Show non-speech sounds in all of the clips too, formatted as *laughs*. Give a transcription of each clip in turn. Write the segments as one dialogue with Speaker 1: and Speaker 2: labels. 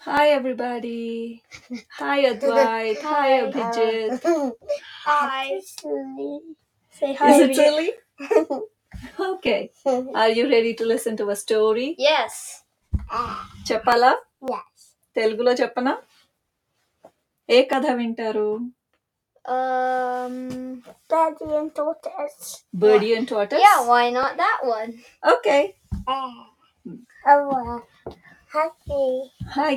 Speaker 1: Hi, everybody. Hi, Advait. Hi, Abhijit.
Speaker 2: Hi. Say
Speaker 1: Is
Speaker 2: hi.
Speaker 1: it silly? *laughs* Okay. Are you ready to listen to a story?
Speaker 2: Yes.
Speaker 1: చెప్పాలా
Speaker 2: Yes.
Speaker 1: తెలుగులో చెప్పనా ఏ కథ వింటారు
Speaker 2: Um. Daddy and tortoise.
Speaker 1: Birdie and water
Speaker 2: Yeah, why not that one?
Speaker 1: Okay
Speaker 2: Hello. Eh. Oh, Happy. Oh,
Speaker 1: hi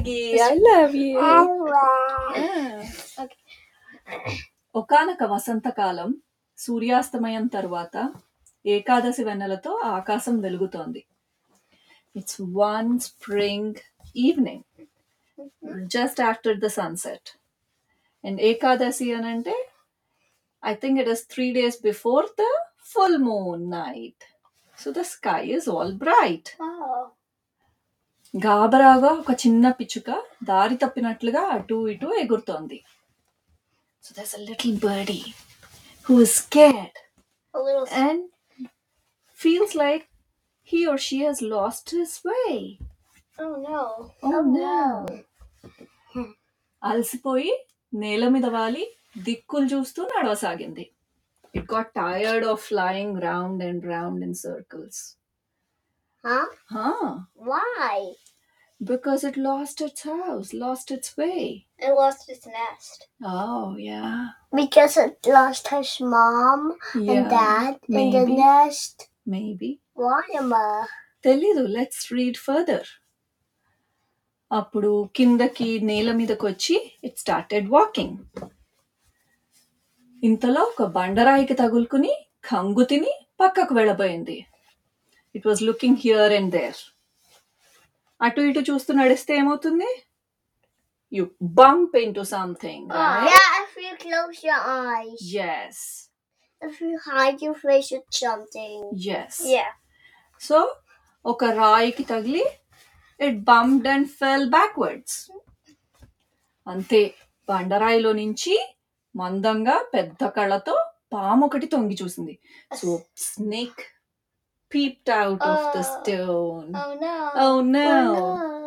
Speaker 1: I love you
Speaker 2: Hello. Okay.
Speaker 1: ఒకనొక వసంతకాలం సూర్యాస్తమయం తర్వాత ఏకాదశి వెన్నెలతో ఆకాశం వెలుగుతోంది it's one spring evening just after the sunset and Ekadashi అని అంటే I think it is three days before the full moon night so the sky is all bright
Speaker 2: Oh.
Speaker 1: గాబరాగా ఒక చిన్న పిచ్చుక దారి తప్పినట్లుగా అటు ఇటు ఎగురుతోంది so this a little birdie who is scared
Speaker 2: A little.
Speaker 1: and feels like he or she has lost his way.
Speaker 2: Oh no.
Speaker 1: Oh, no. అలసిపోయి నేల మీద వాలి దిక్కులు చూస్తూ నడవసాగింది it got tired of flying round and round in circles
Speaker 2: Huh? Why?
Speaker 1: Because it lost its house lost its way
Speaker 2: It lost its nest.
Speaker 1: Oh yeah
Speaker 2: Because it lost his mom and dad in the
Speaker 1: maybe.
Speaker 2: nest.
Speaker 1: Maybe
Speaker 2: Why am I?
Speaker 1: తెలీదు let's read further అప్పుడు కిందకి నేల మీదకి వచ్చి it started walking ఇంతలో ఒక బండరాయికి తగులుకుని కంగు తిని పక్కకు వెళ్ళబోయింది it was looking here and there అటు ఇటు చూస్తూ నడిస్తే ఏమవుతుంది you bump into something
Speaker 2: Ah, Yeah, if you close your eyes.
Speaker 1: Yes
Speaker 2: If you hide your face with something.
Speaker 1: Yes
Speaker 2: Yeah.
Speaker 1: So ఒక రాయికి తగిలి it bumped and fell backwards అంతే బండరాయిలో నుంచి మందంగా పెద్ద కళ్ళతో పాము ఒకటి తొంగి చూసింది so snake peeped out of the stone
Speaker 2: Oh no.
Speaker 1: Oh no
Speaker 2: oh, no.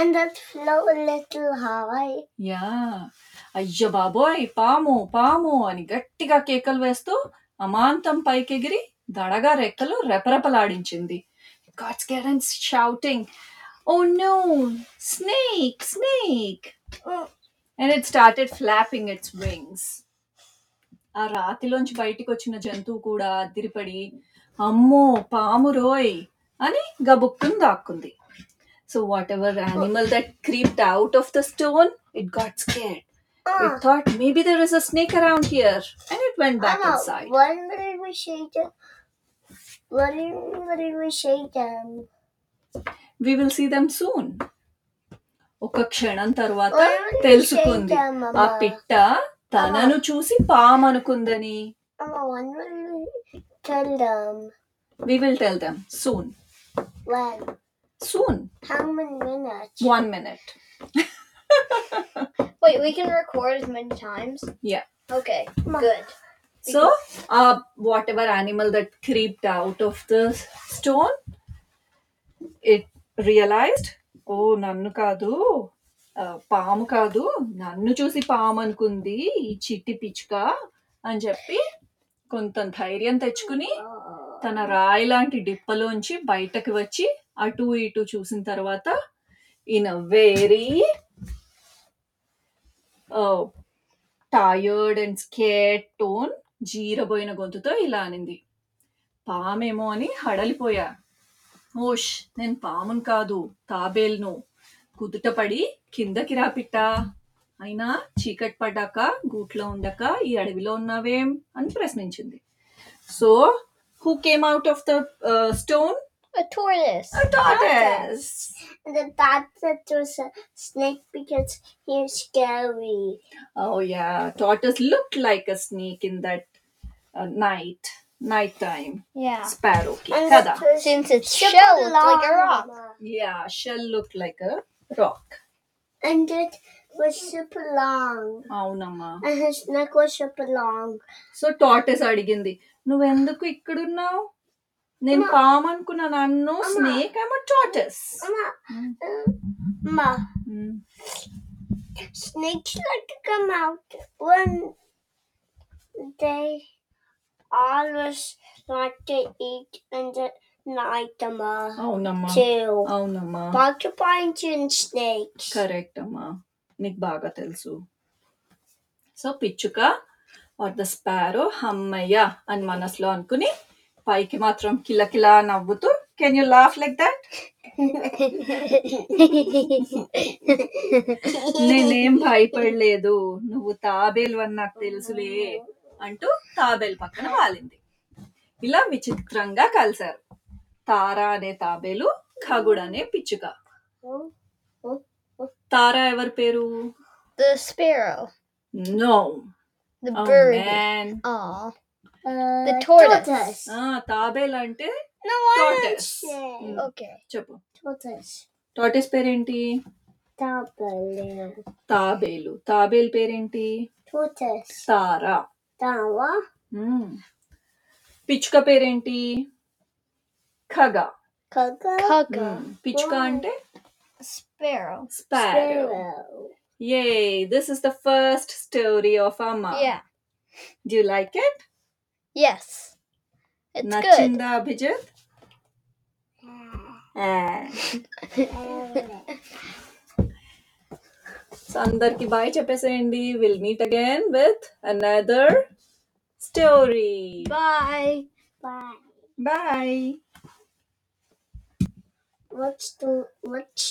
Speaker 2: And that float a little high.
Speaker 1: Yeah అయ్య బాబోయ్ పాము పాము అని గట్టిగా కేకలు వేస్తూ అమాంతం పైకెగిరి దడగా రెక్కలు రెపరెపలాడించింది గాడ్స్ కేరెన్స్ shouting oh no snake snake
Speaker 2: Mm,
Speaker 1: and it started flapping its wings ఆ రాతిలోంచి బయటికి వచ్చిన జంతువు కూడా అదిరిపడి అమ్మో పాము రోయ్ అని గబుక్కుని దాక్కుంది so whatever animal that creeped out of the stone it got scared
Speaker 2: mm.
Speaker 1: It thought maybe there is a snake around here, and it went back
Speaker 2: Anna,
Speaker 1: inside.
Speaker 2: why did we shake them? Why did we shake them?
Speaker 1: We will see them soon. ఒక క్షణం తర్వాత
Speaker 2: Why did we shake
Speaker 1: తెలుసుకుంది
Speaker 2: them,
Speaker 1: ఆ
Speaker 2: Mama?
Speaker 1: పిట్ట తనను చూసి పాము అనుకుందని
Speaker 2: Mama, when will we tell them?
Speaker 1: We will tell them soon
Speaker 2: When?
Speaker 1: Soon
Speaker 2: How many minutes?
Speaker 1: One minute
Speaker 3: Wait, we can record as many times?
Speaker 1: Yeah. uh,
Speaker 3: Okay,
Speaker 2: Ma-
Speaker 3: good.
Speaker 1: So ah whatever animal that creeped out of the stone it realized oh "Oh, నన్ను కాదు ఆ, పాము కాదు నన్ను చూసి పాము అనుకుంది ఈ చిట్టి పిచ్చుక అని చెప్పి కొంత ధైర్యం తెచ్చుకుని
Speaker 2: Oh.
Speaker 1: తన రాయి లాంటి డిప్పలోంచి బయటకు వచ్చి అటు ఇటు చూసిన తర్వాత in a very uh, tired and scared tone జీరబోయిన గొంతుతో ఇలా అనింది పామేమో అని హడలిపోయా ఓష్ నేను పామును కాదు తాబేల్ను కుదుటపడి కిందకి రా పిట్టా అయినా చీకటి పడ్డాక గూట్లో ఉండక ఈ అడవిలో ఉన్నావేం అని ప్రశ్నించింది so who came out of the stone
Speaker 3: A tortoise.
Speaker 2: The bad was a snake because he's scary.
Speaker 1: Oh yeah, tortoise looked like a snake in that uh, night, nighttime.
Speaker 3: Yeah.
Speaker 1: Sparrow ki
Speaker 2: And
Speaker 1: kada.
Speaker 2: the person
Speaker 3: Since its
Speaker 2: shook
Speaker 3: shell
Speaker 2: the
Speaker 3: looked like a
Speaker 2: alarm.
Speaker 3: rock.
Speaker 1: Yeah, shell looked like a rock.
Speaker 2: And it was super long.
Speaker 1: అవునమ్మా
Speaker 2: And his neck was super long.
Speaker 1: So tortoise అడిగింది నువ్వెందుకు ఇక్కడున్నావు నేను పాము అనుకున్నా నన్ను snake I'm tortoise
Speaker 2: Amma, Amma,
Speaker 1: Hmm.
Speaker 2: snakes like to come out when they always like to eat in the night, Amma,
Speaker 1: అవునమ్మా
Speaker 2: too.
Speaker 1: అవునమ్మా
Speaker 2: Porcupines and snakes.
Speaker 1: కరెక్ట్ అమ్మా నీకు బాగా తెలుసు సో పిచ్చుక ఆర్ ద స్పారో హమ్మయ్య అని మనసులో అనుకుని పైకి మాత్రం కిలకిలా నవ్వుతూ can you laugh like that నేనేం భయపడలేదు నువ్వు తాబేలు అని నాకు తెలుసులే అంటూ తాబేలు పక్కన వాలింది ఇలా విచిత్రంగా కలిశారు తార అనే తాబేలు ఖగుడ్ అనే పిచ్చుక తార ఎవరి పేరు
Speaker 3: The sparrow.
Speaker 1: No
Speaker 3: The
Speaker 1: Oh,
Speaker 3: bird. Oh.
Speaker 1: man.
Speaker 3: Aw.
Speaker 2: the
Speaker 3: tortoise.
Speaker 1: ఆ, తాబేలు అంటే
Speaker 2: No,
Speaker 1: Tortoise. Hmm,
Speaker 2: say.
Speaker 3: Okay.
Speaker 1: చెప్పు
Speaker 2: Tortoise.
Speaker 1: టాటెస్ పేరేంటి
Speaker 2: Double.
Speaker 1: తాబేలు తాబేలు పేరేంటి
Speaker 2: Tortoise.
Speaker 1: తారా
Speaker 2: Dawa.
Speaker 1: మ్మ్. పిచ్చుక పేరేంటి ఖగ
Speaker 2: Kaga.
Speaker 3: Cuckoo.
Speaker 1: మ్మ్. పిచ్చుక అంటే
Speaker 3: Sparrow.
Speaker 1: Sparrow
Speaker 2: Sparrow.
Speaker 1: Yeah this is the first story of అమ్మ
Speaker 3: Yeah.
Speaker 1: Do like it
Speaker 3: Yes. It's good.
Speaker 1: నచ్చిందా అభిజిత్ సో అందరికి బాయ్ చెప్పేసేయండి will meet again with another story
Speaker 3: Bye.
Speaker 2: Bye.
Speaker 1: Bye
Speaker 2: What's the what's